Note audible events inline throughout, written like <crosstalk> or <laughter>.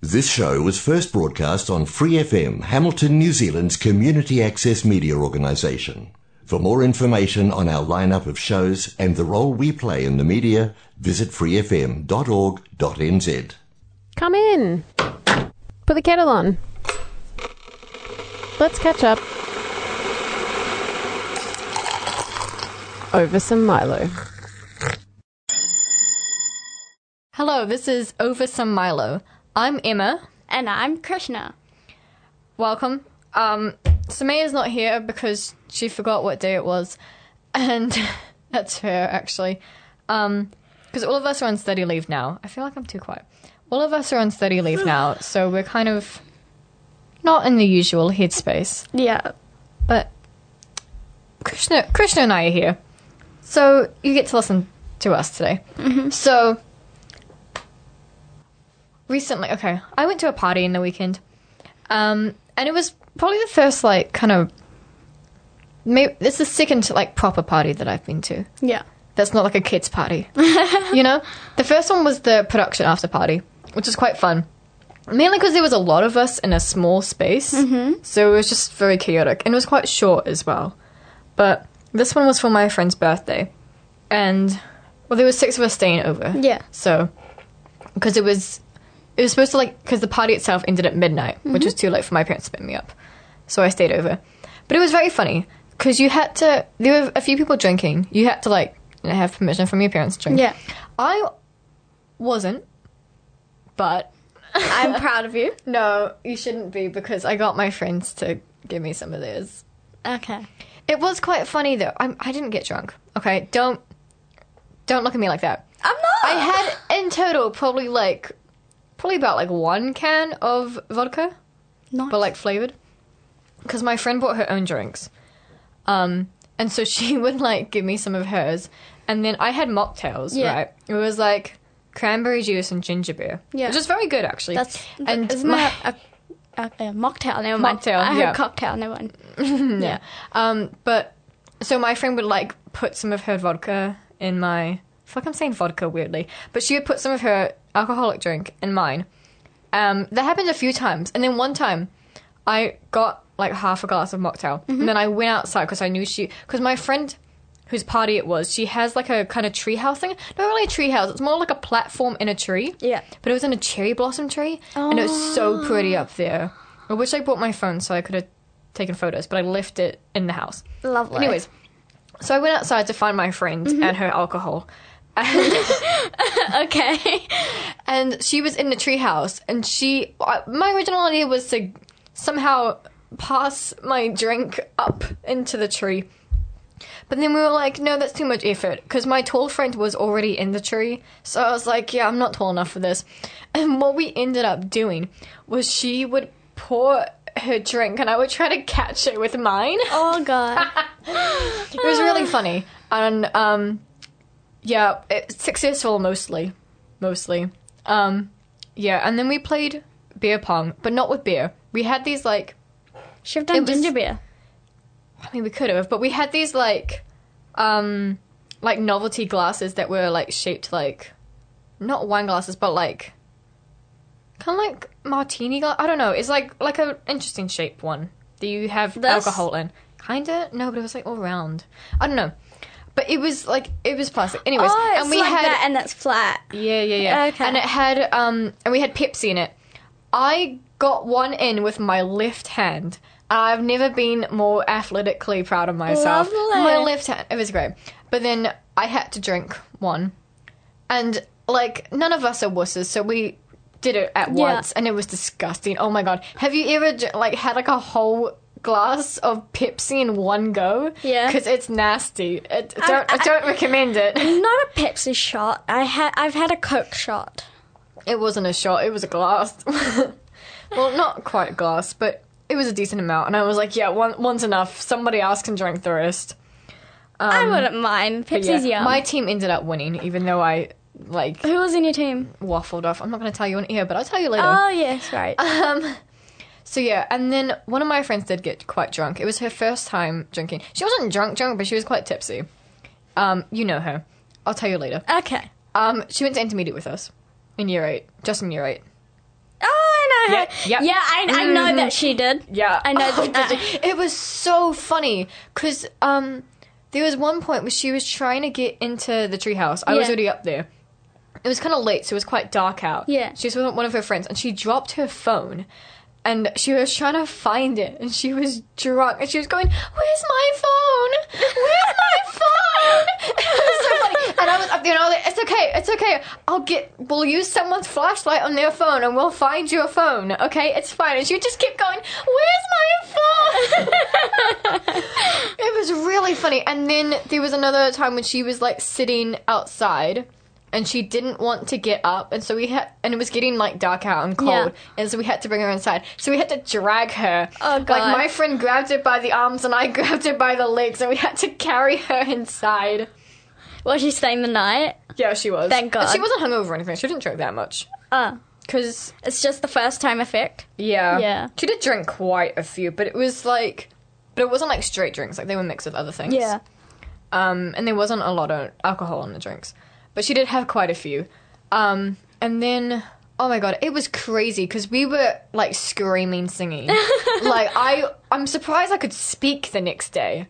This show was first broadcast on Free FM, Hamilton, New Zealand's community access media organisation. For more information on our lineup of shows and the role we play in the media, visit freefm.org.nz. Come in. Put the kettle on. Let's catch up over some Milo. Hello, this is Over Some Milo. I'm Emma. And I'm Krishna. Welcome. Um, Samaya's not here because she forgot what day it was, and <laughs> that's fair actually. Um, because all of us are on study leave now. I feel like I'm too quiet. All of us are on study leave now, so we're kind of not in the usual headspace. Yeah. But Krishna, Krishna and I are here, so you get to listen to us today. So recently, okay, I went to a party in the weekend, um, and it was probably the first like kind of. Maybe, it's the second like proper party that I've been to. Yeah. That's not like a kids party, you know. The first one was the production after party, which was quite fun. Mainly because there was a lot of us in a small space, so it was just very chaotic and it was quite short as well. But this one was for my friend's birthday, and well, there were six of us staying over. Yeah. So, because it was, it was supposed to like because the party itself ended at midnight, Mm-hmm. which was too late for my parents to pick me up, so I stayed over. But it was very funny because you had to. There were a few people drinking. You had to like have permission from your parents to drink. Yeah. I wasn't, but <laughs> I'm proud of you. no, you shouldn't be because I got my friends to give me some of theirs. Okay. It was quite funny though. I, I didn't get drunk. Okay, don't don't look at me like that. I'm not. I had in total probably like probably about like one can of vodka, Nice. but like flavored, because my friend bought her own drinks, um, and so she <laughs> would like give me some of hers, and then I had mocktails. Yeah. Right, it was like cranberry juice and ginger beer. Yeah. which is very good actually. That's and isn't <laughs> my- that a, a, a mocktail? Never mind. Mocktail, I heard yeah. cocktail. Never mind. <laughs> Yeah. Um, but so my friend would like put some of her vodka in my. Fuck, I'm saying vodka weirdly, but she would put some of her alcoholic drink in mine. Um, that happened a few times, and then one time, I got like half a glass of mocktail, and then I went outside because I knew she because my friend. Whose party it was? She has like a kind of treehouse thing. Not really a treehouse. It's more like a platform in a tree. Yeah. But it was in a cherry blossom tree, and it was so pretty up there. I wish I brought my phone so I could have taken photos, but I left it in the house. Lovely. Anyways, so I went outside to find my friend and her alcohol. <laughs> Okay. And she was in the treehouse, and she. I, my original idea was to somehow pass my drink up into the tree. But then we were like, no, that's too much effort. Because my tall friend was already in the tree. So I was like, yeah, I'm not tall enough for this. <laughs> And what we ended up doing was she would pour her drink and I would try to catch it with mine. oh <laughs> god. It was really funny. And, um, yeah, it, successful mostly. Mostly. Um, yeah, and then we played beer pong, but not with beer. We had these, like, Should have done was- ginger beer. I mean, we could have, but we had these like, um, like novelty glasses that were like shaped like, not wine glasses, but like, kind of like martini glass. I don't know. It's like like a interesting shape one that you have This? alcohol in. Kinda no, but it was like all round. I don't know, but it was like it was plastic. Anyways, Oh, it's and we like had that, and that's flat. yeah, yeah, yeah. Okay. And it had um and we had Pepsi in it. I got one in with my left hand. I've never been more athletically proud of myself. Lovely. My left hand it was great. But then I had to drink one. And like none of us are wusses, so we did it at Yeah. once and it was disgusting. Oh my god. Have you ever j- like had like a whole glass of Pepsi in one go? Yeah. Cuz it's nasty. It, don't I, I- don't recommend <laughs> it. Not a Pepsi shot. I had. I've had a Coke shot. It wasn't a shot, it was a glass. <laughs> well, not quite a glass, but it was a decent amount. And I was like, yeah, one, one's enough. Somebody else can drink the rest. I wouldn't mind. Um, But yeah, Pepsi's yum. My team ended up winning, even though I, like, Who was in your team? waffled off. I'm not going to tell you on here, but I'll tell you later. Oh yes, right. so, yeah, and then one of my friends did get quite drunk. It was her first time drinking. She wasn't drunk, drunk, but she was quite tipsy. Um, you know her. I'll tell you later. okay. Um, she went to intermediate with us in year eight, just in year eight. Oh, Yeah, yeah. Mm-hmm. Yeah, I, I know that she did. Yeah. I <laughs> know <laughs> Oh, that. that- God. it was so funny because um, there was one point where she was trying to get into the treehouse. I was Yeah. already up there. It was kind of late, so it was quite dark out. Yeah. She was with one of her friends, and she dropped her phone. And she was trying to find it, and she was drunk, and she was going, "Where's my phone? Where's my phone?" <laughs> It was so funny. And I was up there, and I was like, "It's okay, it's okay. I'll get. We'll use someone's flashlight on their phone, and we'll find your phone. Okay, it's fine." And she would just keep going, "Where's <laughs> my phone?" It was really funny. And then there was another time when she was like sitting outside and she didn't want to get up and so we had and it was getting like dark out and cold Yeah. and so we had to bring her inside so we had to drag her Oh, God. like my friend grabbed her by the arms and i <laughs> grabbed her by the legs and we had to carry her inside <laughs> Was she staying the night? yeah she was Thank God. And she wasn't hungover or anything she didn't drink that much Oh, because it's just the first time effect. yeah Yeah. she did drink quite a few but it was like but it wasn't like straight drinks like they were mixed with other things um, and there wasn't a lot of alcohol in the drinks, but she did have quite a few. Um, and then, oh my god, it was crazy because we were like screaming, <laughs> singing. like I, I'm surprised I could speak the next day,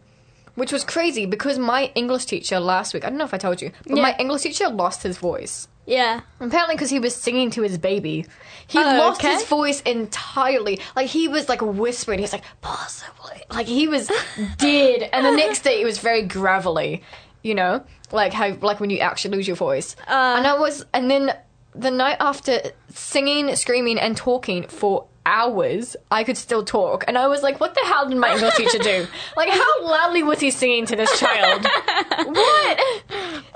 which was crazy because my English teacher last week, I don't know if I told you, but Yeah. my English teacher lost his voice. Yeah. Apparently, because he was singing to his baby, he Oh, lost okay. his voice entirely. Like he was like whispering. He's like possibly, like he <laughs> was dead. And the next day, it was very gravelly. You know, like how like when you actually lose your voice. Uh. and I was, and then the night after, singing, screaming, and talking for hours, I could still talk. And I was like, what the hell did my English teacher do? <laughs> Like, how loudly was he singing to this child? what?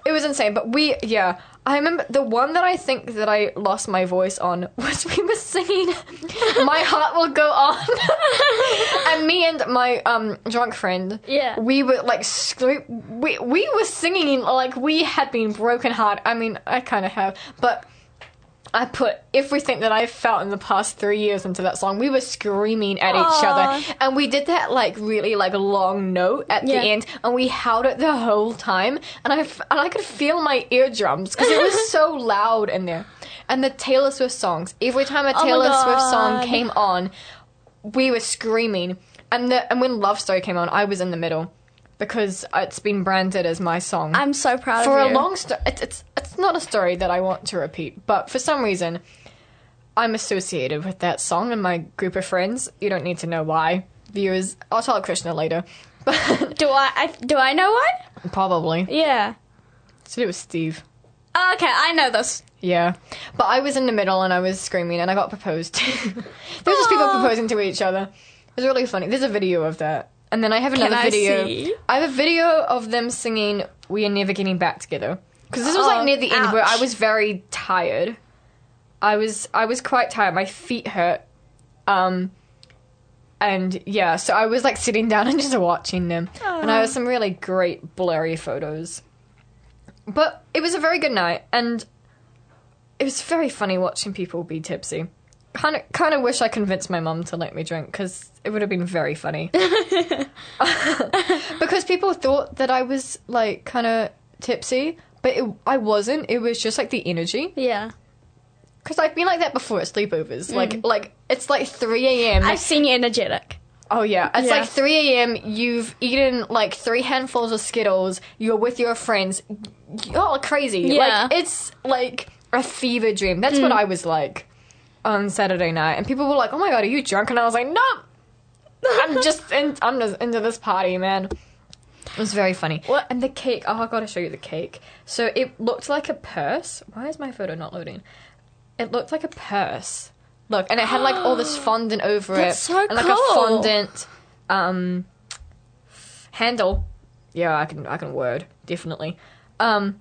It was insane, but we, yeah. I remember the one that I think that I lost my voice on <laughs> was we were singing My Heart Will Go On. and me and my um drunk friend, Yeah. we were like scre- we we were singing like we had been broken heart. I mean, I kind of have, but I put everything that I felt in the past three years into that song. We were screaming at each other, and we did that like really like long note at Yeah. the end, and we howled it the whole time. And I f- and I could feel my eardrums because it <laughs> was so loud in there. And the Taylor Swift songs. Every time a Oh my Taylor Swift God. song came on, we were screaming. And the and when Love Story came on, I was in the middle because it's been branded as my song I'm so proud for of a you. long story. It's, it's it's not a story that I want to repeat, but for some reason, I'm associated with that song and my group of friends. You don't need to know why, viewers. I'll tell Krishna later, but Do I, I do I know why? probably it's Yeah. to do with Steve. Oh, okay, I know this. Yeah, but I was in the middle and I was screaming and I got proposed. <laughs> to. there was just people Aw. proposing to each other. It was really funny. There's a video of that, and then I have another I video. see? I have a video of them singing "We Are Never Getting Back Together" because this was Oh, like near the end where I ouch. was very tired. I was I was quite tired. My feet hurt. Um, and yeah, so I was like sitting <laughs> down and just watching them, and I was some really great blurry photos. But it was a very good night, and it was very funny watching people be tipsy. Kind of, kind of wish I convinced my mum to let me drink because it would have been very funny. because people thought that I was like kind of tipsy, but it, I wasn't. It was just like the energy. Yeah. Because I've been like that before at sleepovers. Mm. Like, like it's like three a.m. I've seen you energetic. Oh yeah, it's Yeah. like 3 a.m. You've eaten like three handfuls of Skittles. You're with your friends. You're all crazy. Yeah. Mm. like it's like a fever dream. That's what I was like on Saturday night, and people were like, "Oh my god, are you drunk?" And I was like, "No, <laughs> I'm just in, I'm just into this party, man." It was very funny. What- And the cake. Oh, I gotta show you the cake. So it looked like a purse. Why is my photo not loading? It looked like a purse. Look, and it had like all <gasps> this fondant over That's it, so and like cool. a fondant um, handle. Yeah, I can I can word definitely. Um,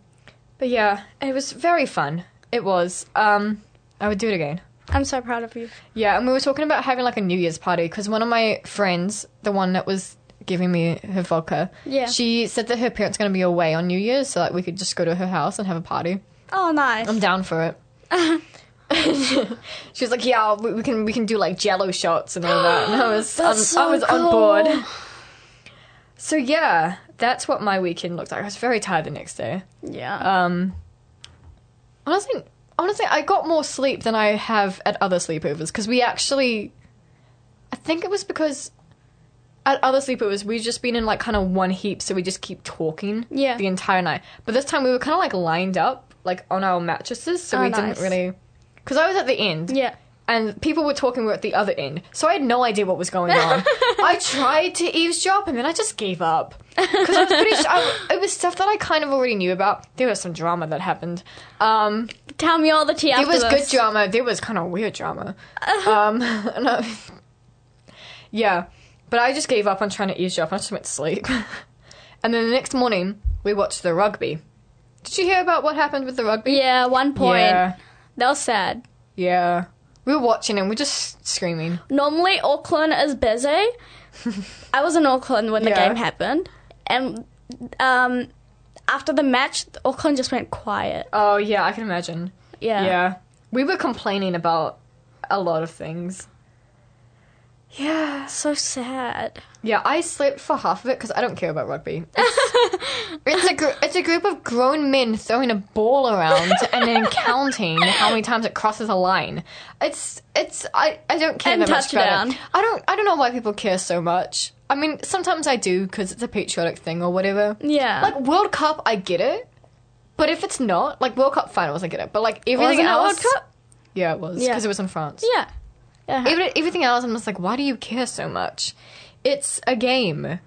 but yeah, it was very fun. It was. Um, I would do it again. I'm so proud of you. Yeah, and we were talking about having like a New Year's party because one of my friends, the one that was giving me her vodka, Yeah. she said that her parents going to be away on New Year's, so like we could just go to her house and have a party. Oh, nice. I'm down for <laughs> it. she was like, "Yeah, we, we can we can do like Jello shots and all that." And I was <gasps> on, That's I so was on cool. board. So yeah, that's what Uh, my weekend looked like. I was very tired the next day. yeah. Um, honestly, honestly, I got more sleep than I have at other sleepovers because we actually. I think it was because at other sleepovers we've just been in like kind of one heap, so we just keep talking Yeah. the entire night. But this time we were kind of like lined up like on our mattresses, so Oh, we nice. didn't really. Because I was at the end. Yeah. And people were talking were at the other end, so I had no idea what was going <laughs> on. I tried to eavesdrop, and then I just gave up because I was pretty sure I, it was stuff that I kind of already knew about. There was some drama that happened. Um, Tell me all the tea there after was good this. drama. There was kind of weird drama. um, <laughs> no. yeah, but I just gave up on trying to eavesdrop. I just went to sleep. <laughs> and then the next morning, we watched the rugby. Did you hear about what happened with the rugby? Yeah, one point. Yeah. That was sad. Yeah. We were watching and we we're just screaming. Normally, Auckland is busy. <laughs> I was in Auckland when the Yeah. game happened, and um, after the match, Auckland just went quiet. Oh yeah, I can imagine. Yeah. Yeah. We were complaining about a lot of things. Yeah. So sad. Yeah, I slept for half of it because I don't care about <laughs> rugby. It's- it's a gr- it's a group of grown men throwing a ball around and <laughs> then counting how many times it crosses a line. It's it's I, I don't care And that much about it. touchdown. I don't I don't know why people care so much. I mean, sometimes I do because it's a patriotic thing or whatever. Yeah. Like World Cup, I get it. But if it's not, like World Cup finals, I get it. But like everything Wasn't it World else, Cup? yeah, it was Yeah. because it was in France. Yeah. Yeah. Every, everything else, I'm just like, why do you care so much? It's a game,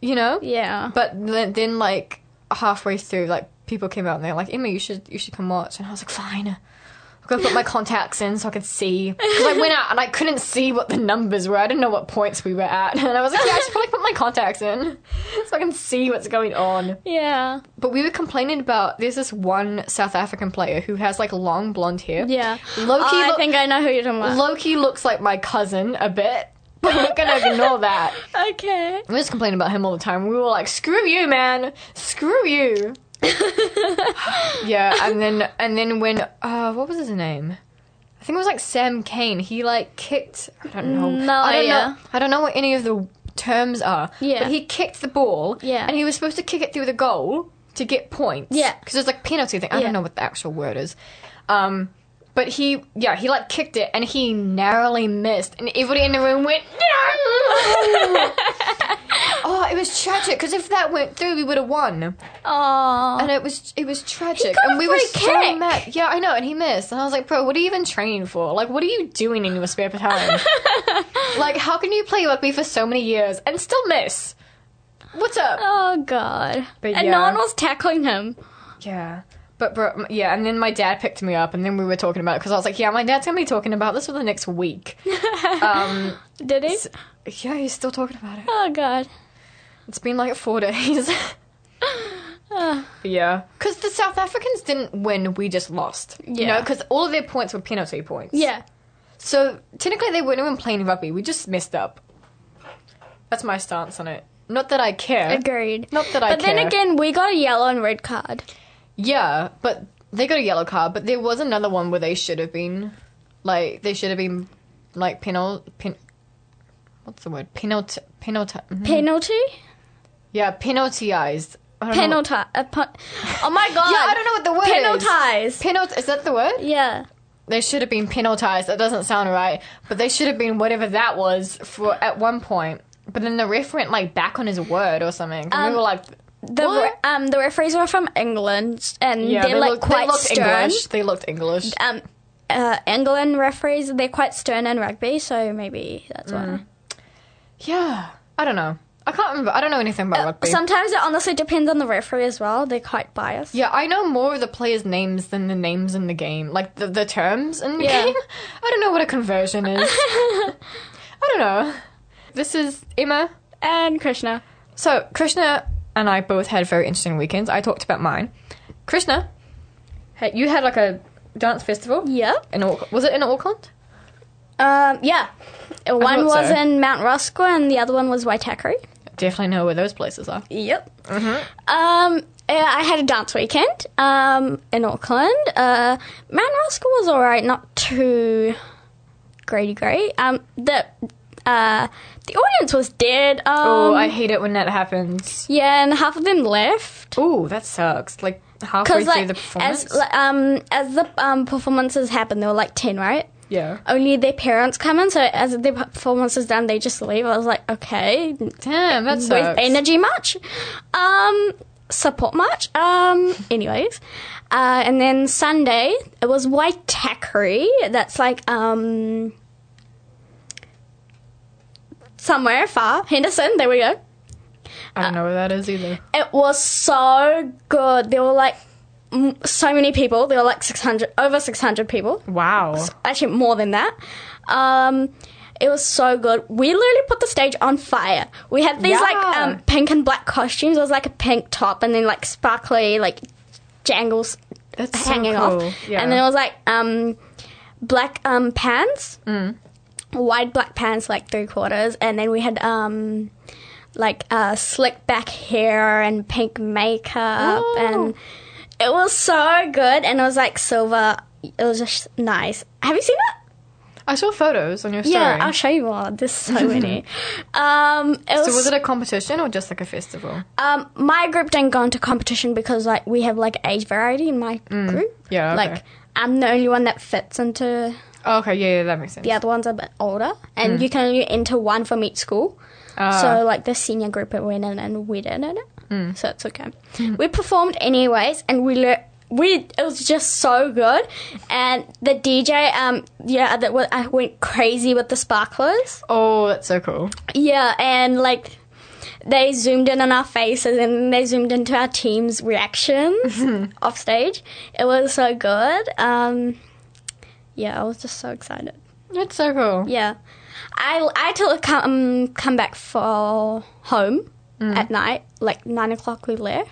you know. yeah. But then, then like halfway through, like people came out and they're like, Emma, you should you should come watch, and I was like, fine. I'll go put <laughs> my contacts in so I could see. 'Cause I went out and I couldn't see what the numbers were. I didn't know what points we were at, <laughs> and I was like, yeah, I should probably put my contacts in <laughs> so I can see what's going on. yeah. But we were complaining about there's this one South African player who has like long blonde hair. Yeah. Oh, Loki. I lo- think I know who you're talking about. Loki looks like my cousin a bit. <laughs> But we're gonna ignore that. <laughs> okay. We just complain about him all the time. We were like, "Screw you, man! Screw <laughs> you!" yeah, and then and then when uh, what was his name? I think it was like Sam Kane. He like kicked. I don't know. No I don't know. idea. I don't know what any of the terms are. Yeah. But he kicked the ball. Yeah. And he was supposed to kick it through the goal to get points. Yeah. Because it's like penalty thing. I Yeah. don't know what the actual word is. Um. But he, yeah, he like kicked it and he narrowly missed, and everybody in the room went, no! Oh, it was tragic because if that went through, we would have won, Oh. and it was it was tragic, got and a we were free so kick. mad. Yeah, I know, and he missed, and I was like, bro, what are you even training for? Like, what are you doing in your spare <laughs> time? like, how can you play rugby for so many years and still miss? What's up? Oh God. But and yeah. no one was tackling him. Yeah. But bro, m- yeah, and then my dad picked me up, and then we were talking about it because I was like, "Yeah, my dad's gonna be talking about this for the next <laughs> week." um, Did he? yeah, he's still talking about it. Oh God. It's been like four <laughs> days. Ah. yeah. Because the South Africans didn't win, we just lost. You Yeah. know, because all of their points were penalty points. yeah. So technically, they weren't even playing rugby, we just messed up. That's my stance on it. Not that I care. Agreed. Not that I but care. then again, we got a yellow and red card. Yeah, but they got a yellow card, but there was another one where they should have been. Like, they should have been, like, penal. Pen- what's the word? Penalty. Penalty. Penalty. Yeah, penaltyized. I don't know- Penalty. a pun- oh my <laughs> God. Yeah, I don't know what the word is. Penalties. Penalt- is that the word? Yeah. they should have been penalized. That doesn't sound right, but they should have been whatever that was for at one point. But then the ref went like back on his word or something. And Um, we were like, The re- What? um the referees were from England and yeah, they're they, like looked, they quite looked stern. English. They looked English. Um, uh, England referees they're quite stern in rugby, so maybe that's Mm, why. Yeah, I don't know. I can't remember. I don't know anything about rugby. Sometimes it honestly depends on the referee as well. They're quite biased. yeah, I know more of the players' names than the names in the game, like the, the terms in the Yeah. game. <laughs> I don't know what a conversion <laughs> is. I don't know. This is Emma. And Krishna. So Krishna and I both had very interesting weekends. I talked about mine. Krishna, had- you had like a dance festival Yep. in Auck- was it in Auckland? Um, yeah. One thought was so. in Mount Roscoe and the other one was Waitakere. Definitely know where those places are. Yep. Mm-hmm. Um, yeah, I had a dance weekend um, in Auckland. Uh, Mount Roscoe was all right, not too grady great. Um, the uh, the audience was dead. Um, oh, I hate it when that happens. yeah, and half of them left. Ooh, that sucks. Like halfway because through like the as performance. like, um as the um performances happened, there were like ten, right? yeah. Only their parents come in, so as the performance is done, they just leave. I was like, okay, Damn, that's waste energy. energy much, um, support much. Um, anyways, uh, and then Sunday it was Waitakere. That's like um, somewhere far Henderson. There we go. I don't know where that is either. It was so good. There were like m- so many people. There were like six hundred over six hundred people Wow. actually more than that. Um, it was so good. We literally put the stage on fire. We had these like Yeah. um, pink and black costumes. It was like a pink top and then like sparkly like jangles That's so hanging cool. off, Yeah. and then it was like um, black um, pants, Mm. wide black pants like three quarters, and then we had um, like uh, slick back hair and pink makeup, Oh. and it was so good, and it was like silver. It was just nice. Have you seen it? I saw photos on your story. Yeah, I'll show you more. There's so <laughs> many. um, it was, so was it a competition or just like a festival? um, my group didn't go into competition because like we have like age variety in my group. Mm. Yeah, okay. like I'm the only one that fits into Oh, okay, yeah, yeah, that makes sense. the other ones are a bit older, and you can only enter one from each school. so like the senior group it went in, and we didn't in it, so it's okay. We performed anyways, and we le- we it was just so good, and the DJ um yeah that wa- I went crazy with the sparklers Oh, that's so cool. yeah, and like. They zoomed in on our faces and they zoomed into our team's reactions off stage. It was so good. Um, yeah, I was just so excited. That's so cool. Yeah, I I had to come come back for home Mm. at night, like nine o'clock. We left,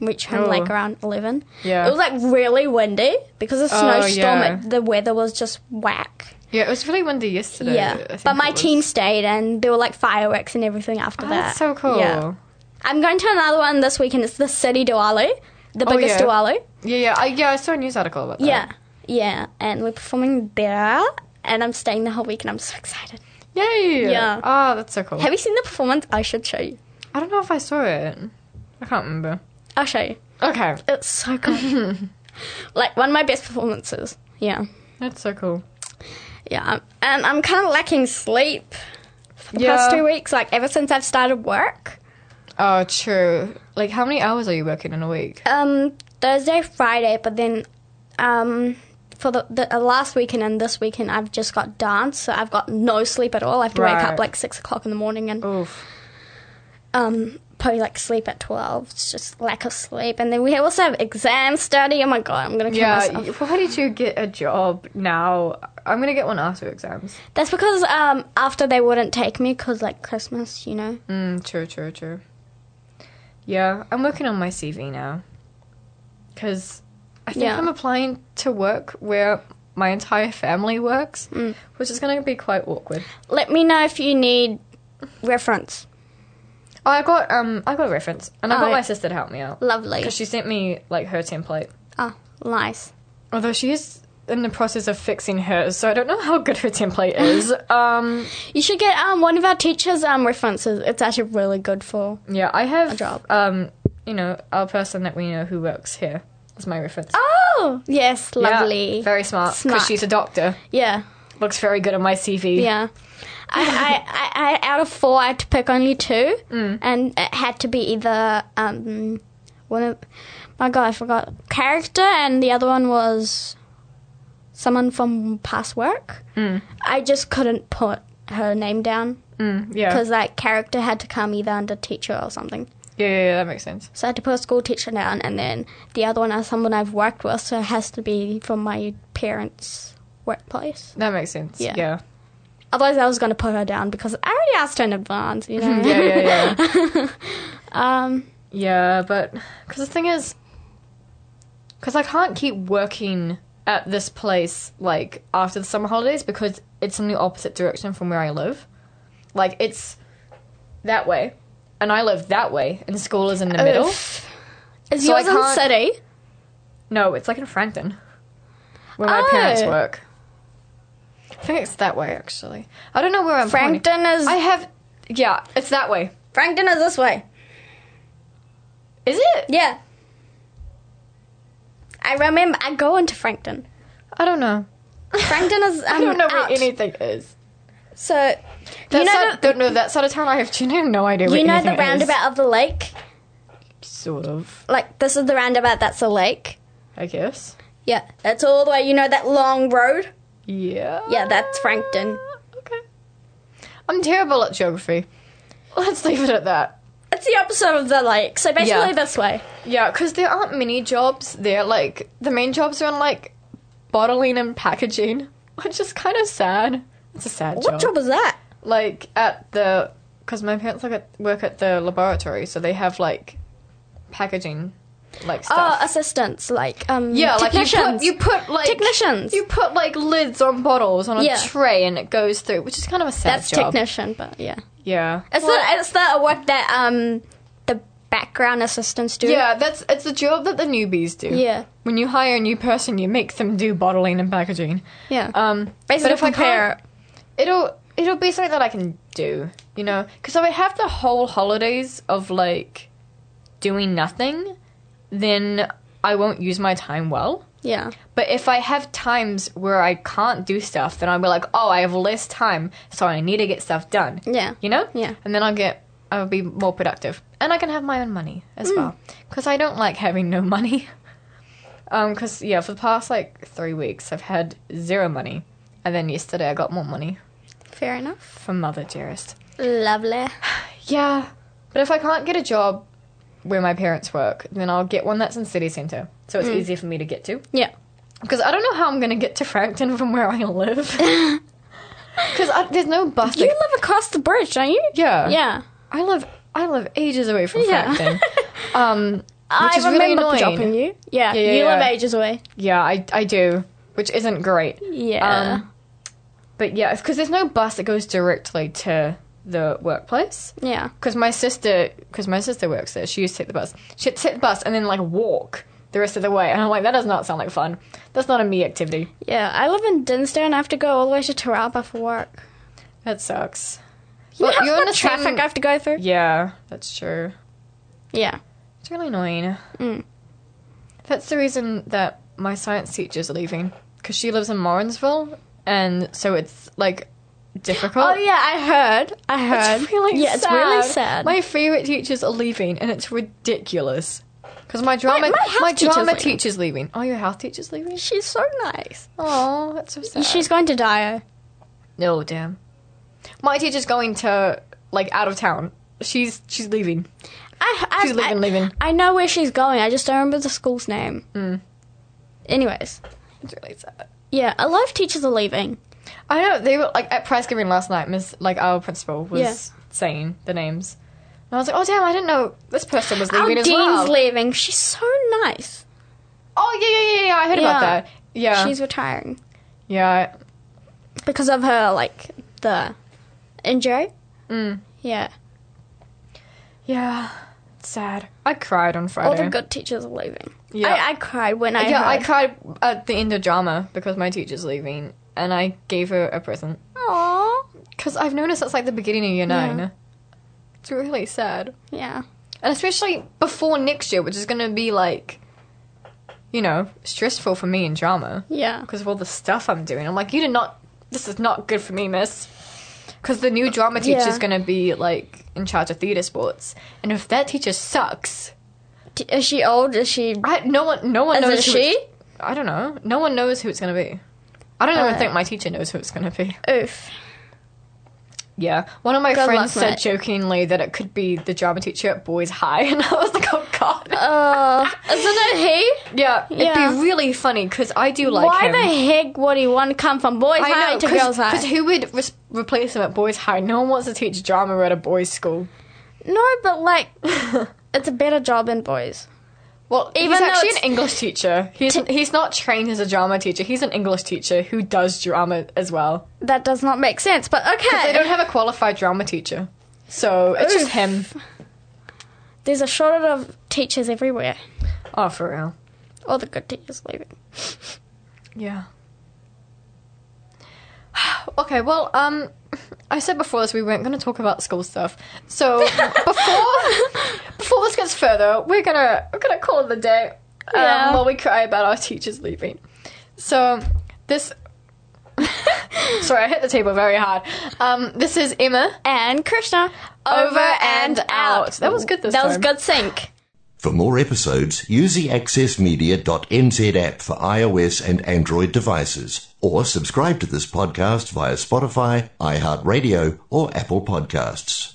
reached home Oh. like around eleven. Yeah. it was like really windy because the Oh, snowstorm. yeah. It, the weather was just whack. Yeah, it was really windy yesterday. I yeah, think but my it was. team stayed, and there were like fireworks and everything after Oh, that. that's so cool. Yeah, I'm going to another one this weekend. It's the city Diwali, the biggest Oh, yeah. Diwali. Yeah, yeah, I, yeah. I saw a news article about that. Yeah, yeah, and we're performing there, and I'm staying the whole week, and I'm so excited. Yay! Yeah. Oh, that's so cool. Have you seen the performance? I should show you. I don't know if I saw it. I can't remember. I'll show you. Okay, It's so good. <laughs> like one of my best performances. Yeah, that's so cool. yeah. I'm- And I'm kind of lacking sleep for the past Yeah. two weeks. Like ever since I've started work, Oh, true. Like, how many hours are you working in a week? um, Thursday, Friday, but then, um, for the, the uh, last weekend and this weekend, I've just got dance, so I've got no sleep at all. I have to wake Right. up like six o'clock in the morning and Oof. um probably like sleep at twelve. It's just lack of sleep, and then we also have exam study. Oh my god, I'm gonna kill Yeah. myself. y- Why did you get a job now? I'm gonna get one after exams. That's because um, after they wouldn't take me because like Christmas, you know. Mm, true, true, true. Yeah, I'm working on my CV now. Because I think Yeah. I'm applying to work where my entire family works, Mm. which is going to be quite awkward. Let me know if you need reference. Oh, I got um, I got a reference, and I Oh, got my yeah. sister to help me out Lovely. because she sent me like her template. Oh, nice. Although she is in the process of fixing hers, so I don't know how good her <laughs> template is. um, You should get um one of our teachers' um references. It's actually really good for. yeah, I have A job. Um, you know, our person that we know who works here is my reference. Oh yes, Yeah, lovely. very smart Smart. because she's a doctor. yeah, looks very good on my CV. yeah. I, I, I, I out of four, I had to pick only two, and it had to be either um one of my god, I forgot character, and the other one was someone from past work. I just couldn't put her name down Mm, yeah. because like character had to come either under teacher or something. yeah. Yeah, yeah, that makes sense. So I had to put a school teacher down, and then the other one is someone I've worked with, so it has to be from my parents' workplace. That makes sense. Yeah. Yeah. Otherwise, I was going to put her down because I already asked her in advance, you know. Yeah, yeah, yeah. <laughs> Um, yeah, but because the thing is, because I can't keep working at this place like after the summer holidays because it's in the opposite direction from where I live. Like it's that way, and I live that way, and school is in the middle. Oof. Is So I yours in the can't- city? No, it's like in Frankton, where my Oh. parents work. I think it's that way actually. I don't know where I'm. pointing. Frankton is I have. Yeah, it's that way. Frankton is this way. Is it? Yeah. I remember. I go into Frankton. I don't know. Frankton is. Um, <laughs> I don't know where out. anything is. So That you know side, the, don't know that side of town. I have <laughs> genuinely no idea. Where you know the anything is. roundabout of the lake. sort of. Like this is the roundabout. That's the lake. I guess. Yeah, that's all the way. You know that long road. Yeah. Yeah, that's Frankton. Okay. I'm terrible at geography. <laughs> Let's leave it at that. It's the opposite of the lake. So basically Yeah. this way. Yeah, because there aren't many jobs there. Like the main jobs are in like bottling and packaging, <laughs> which is kind of sad. It's a sad What job is that? like at the because my parents like at, work at the laboratory, so they have like packaging, like Oh, stuff. assistants like um yeah, like you technicians. put, you put like Technicians. You put like lids on bottles on a Yeah. tray, and it goes through, which is kind of a sad that's job. technician, but yeah. yeah, It's Well, the it's the work that um the background assistants do. yeah, that's it's the job that the newbies do. Yeah. when you hire a new person, you make them do bottling and packaging. Yeah. Um, but Basically if I compare- can't, it'll it'll be something that I can do, you know, because if I have the whole holidays of like doing nothing, then I won't use my time well. yeah. But if I have times where I can't do stuff, then I'll be like, oh, I have less time, so I need to get stuff done. Yeah. You know? Yeah. And then I'll get, I'll be more productive. And I can have my own money as Mm. well. Because I don't like having no money. <laughs> Because, yeah, for the past like three weeks, I've had zero money. And then yesterday, I got more money Fair enough. from Mother Dearest. Lovely. Yeah. But if I can't get a job where my parents work, then I'll get one that's in city centre. So Mm. it's easier for me to get to. Yeah. Because I don't know how I'm going to get to Frankton from where I <laughs> live. Because there's no bus. You that- live across the bridge, don't you? yeah. Yeah. I live I live ages away from Yeah. <laughs> Frankton. um, which I is really remember annoying. dropping you. Yeah. Yeah, yeah, you live yeah. ages away. Yeah, I, I do, which isn't great. Yeah. Um, but yeah, because there's no bus that goes directly to the workplace. yeah. Because my sister, because my sister works there, she used to take the bus. She had to take the bus and then like walk the rest of the way, and I'm like, that does not sound like fun. That's not a me activity. Yeah. I live in Dinsdale and I have to go all the way to Taraba for work. That sucks. You Well, know how you're in much the same- traffic I have to go through? Yeah, that's true. Yeah. It's really annoying. Mm. That's the reason that my science teacher's leaving because she lives in Morrinsville, and so it's like difficult. Oh yeah, I heard. I heard. It's really yeah, sad. it's really sad. My favorite teachers are leaving, and it's ridiculous. Because my drama, my house teacher's drama leaving. teacher's leaving. Oh, your house teacher's leaving. She's so nice. Oh, that's so sad. She's going to Dio. no, damn. My teacher's going to like out of town. She's she's leaving. I, I, She's leaving, I, leaving. I know where she's going. I just don't remember the school's name. Mm. Anyways, It's really sad. yeah, a lot of teachers are leaving. I know they were like at prize giving last night. Miss like our principal was saying the names, and I was like, "Oh damn, I didn't know this person was Our leaving as dean's well." leaving. She's so nice. oh yeah, yeah, yeah, yeah. I heard about Yeah. that. Yeah, She's retiring yeah, because of her like the injury. Mm. Yeah, yeah. It's sad. I cried on Friday. all the good teachers are leaving. Yeah. I, I cried when I yeah, heard. I cried at the end of drama because my teacher's leaving, and I gave her a present. Aww. Because I've noticed that's like the beginning of year Yeah. nine. It's really sad, Yeah. and especially before next year, which is going to be like, you know, stressful for me in drama. Yeah. because of all the stuff I'm doing. I'm like, you did not. This is not good for me, miss. Because the new drama teacher Yeah. is going to be like in charge of theater sports, and if that teacher sucks, T- is she old? Is she? I no one no one Is knows it who she? it's- I don't know. No one knows who it's going to be. I don't even Uh. think my teacher knows who it's going to be. Oof. Yeah, one of my Good luck, friends said mate. jokingly that it could be the drama teacher at Boys High, <laughs> and I was like, oh god. Uh, isn't it he? Yeah, Yeah. it'd be really funny because I do like Why him. the heck would he want to come from boys' high to girls' high? Because who would res- replace him at boys' high? No one wants to teach drama at a boys' school. no, but <laughs> like, it's a better job in boys. Well, Even he's though actually it's- an English teacher. He's he's not trained as a drama teacher. He's an English teacher who does drama as well. That does not make sense, but They okay. don't have a qualified drama teacher, so it's just him. There's a shortage of teachers everywhere. Oh, for real? All the good teachers leaving. Yeah. <sighs> okay. Well, um, I said before this we weren't going to talk about school stuff. So before before this gets further, we're gonna we're gonna call it the day. Yeah. um, while we cry about our teachers leaving. So this. <laughs> Sorry, I hit the table very hard. Um, this is Emma. And Krishna. Over and out. That was good this That was time. good sync. For more episodes, use the accessmedia.nz app for iOS and Android devices, or subscribe to this podcast via Spotify, iHeartRadio, or Apple Podcasts.